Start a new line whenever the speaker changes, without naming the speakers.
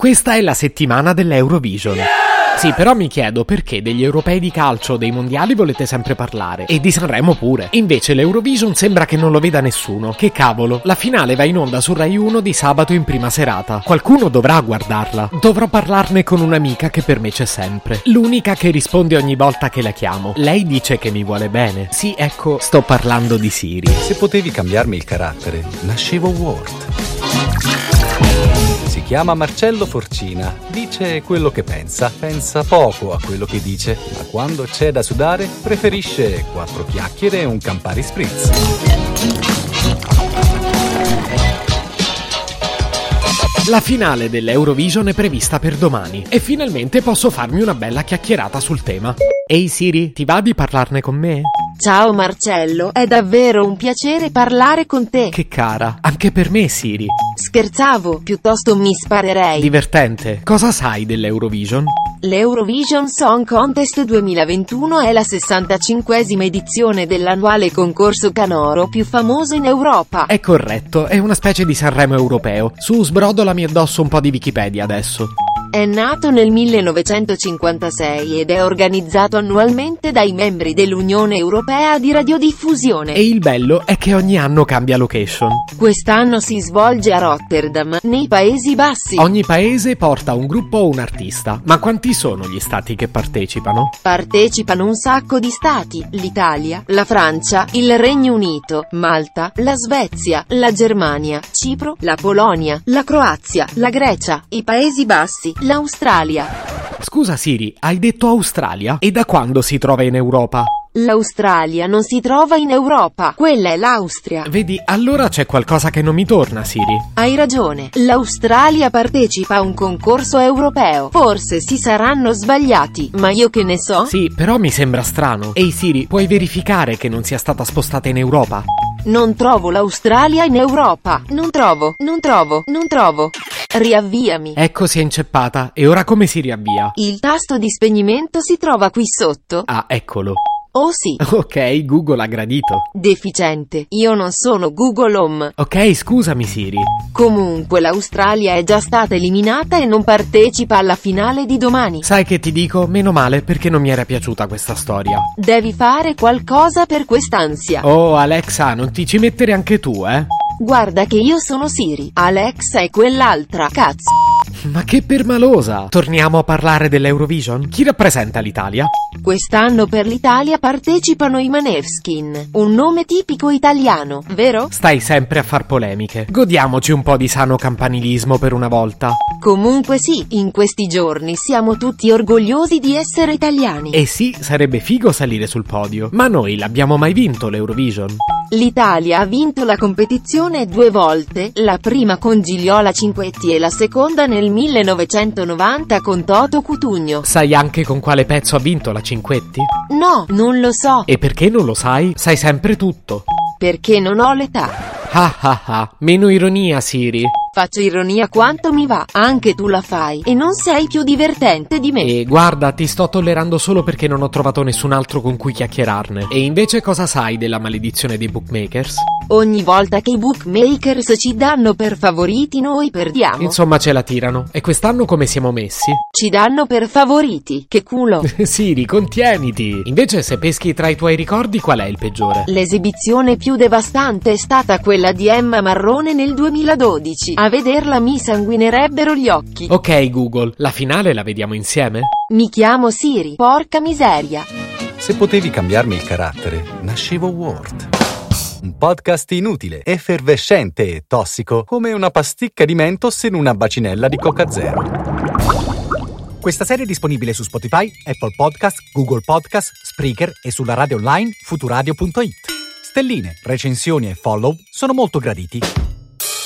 Questa è la settimana dell'Eurovision. Sì, però mi chiedo perché degli europei di calcio o dei mondiali volete sempre parlare. E di Sanremo pure. Invece l'Eurovision sembra che non lo veda nessuno. Che cavolo, la finale va in onda su Rai 1 di sabato in prima serata. Qualcuno dovrà guardarla. Dovrò parlarne con un'amica che per me c'è sempre. L'unica che risponde ogni volta che la chiamo. Lei dice che mi vuole bene. Sì, ecco, sto parlando di Siri.
Se potevi cambiarmi il carattere, nascevo Word. Si chiama Marcello Forcina, dice quello che pensa, pensa poco a quello che dice, ma quando c'è da sudare preferisce quattro chiacchiere e un Campari Spritz.
La finale dell'Eurovision è prevista per domani e finalmente posso farmi una bella chiacchierata sul tema. Ehi Siri, ti va di parlarne con me?
Ciao Marcello, è davvero un piacere parlare con te.
Che cara, anche per me Siri.
Scherzavo, piuttosto mi sparerei.
Divertente. Cosa sai dell'Eurovision?
L'Eurovision Song Contest 2021 è la 65esima edizione dell'annuale concorso canoro più famoso in Europa.
È corretto, è una specie di Sanremo europeo. Su sbrodolami addosso un po' di Wikipedia adesso.
È nato nel 1956 ed è organizzato annualmente dai membri dell'Unione Europea di Radiodiffusione.
E il bello è che ogni anno cambia location.
Quest'anno si svolge a Rotterdam, nei Paesi Bassi.
Ogni paese porta un gruppo o un artista. Ma quanti sono gli stati che partecipano?
Partecipano un sacco di stati, l'Italia, la Francia, il Regno Unito, Malta, la Svezia, la Germania, Cipro, la Polonia, la Croazia, la Grecia, i Paesi Bassi, l'Australia.
Scusa Siri, hai detto Australia? E da quando si trova in Europa?
L'Australia non si trova in Europa, quella è l'Austria.
Vedi, allora c'è qualcosa che non mi torna, Siri.
Hai ragione, l'Australia partecipa a un concorso europeo. Forse si saranno sbagliati, ma io che ne so?
Sì, però mi sembra strano. Ehi Siri, puoi verificare che non sia stata spostata in Europa?
Non trovo l'Australia in Europa. Non trovo, non trovo, non trovo. Riavviami.
Ecco si è inceppata. E ora come si riavvia?
Il tasto di spegnimento si trova qui sotto.
Ah, eccolo.
Oh sì,
Ok, Google ha gradito.
deficiente. Io non sono Google Home.
Ok, scusami Siri.
Comunque l'Australia è già stata eliminata e non partecipa alla finale di domani.
Sai che ti dico? Meno male perché non mi era piaciuta questa storia.
Devi fare qualcosa per quest'ansia.
Oh Alexa, non ti ci mettere anche tu, eh?
Guarda che io sono Siri, Alexa è quell'altra. Cazzo.
Ma che permalosa! Torniamo a parlare dell'Eurovision? Chi rappresenta l'Italia?
Quest'anno per l'Italia partecipano i Manevskin, un nome tipico italiano, vero?
Stai sempre a far polemiche. Godiamoci un po' di sano campanilismo per una volta.
Comunque sì, in questi giorni siamo tutti orgogliosi di essere italiani.
E sì, sarebbe figo salire sul podio. Ma noi l'abbiamo mai vinto l'Eurovision?
L'Italia ha vinto la competizione due volte, la prima con Gigliola Cinquetti e la seconda nel 1990 con Toto Cutugno.
Sai anche con quale pezzo ha vinto la Cinquetti?
No, non lo so,
E perché non lo sai? Sai sempre tutto.
perché non ho l'età.
Ah ah ah, meno ironia, Siri.
Faccio ironia quanto mi va, anche tu la fai, e non sei più divertente di me.
E guarda, ti sto tollerando solo perché non ho trovato nessun altro con cui chiacchierarne. E invece cosa sai della maledizione dei bookmakers?
Ogni volta che i bookmakers ci danno per favoriti noi perdiamo.
Insomma, ce la tirano. E quest'anno come siamo messi?
Ci danno per favoriti, che culo.
Siri, contieniti. Invece, se peschi tra i tuoi ricordi, qual è il peggiore?
L'esibizione più devastante è stata quella di Emma Marrone nel 2012. A vederla mi sanguinerebbero gli occhi.
Ok, Google, la finale la vediamo insieme?
Mi chiamo Siri, porca miseria.
Se potevi cambiarmi il carattere, nascevo Word. Un podcast inutile, effervescente e tossico, come una pasticca di mentos in una bacinella di Coca Zero. Questa serie è disponibile su Spotify, Apple Podcast, Google Podcast, Spreaker e sulla radio online futuradio.it. Stelline, recensioni e follow sono molto graditi.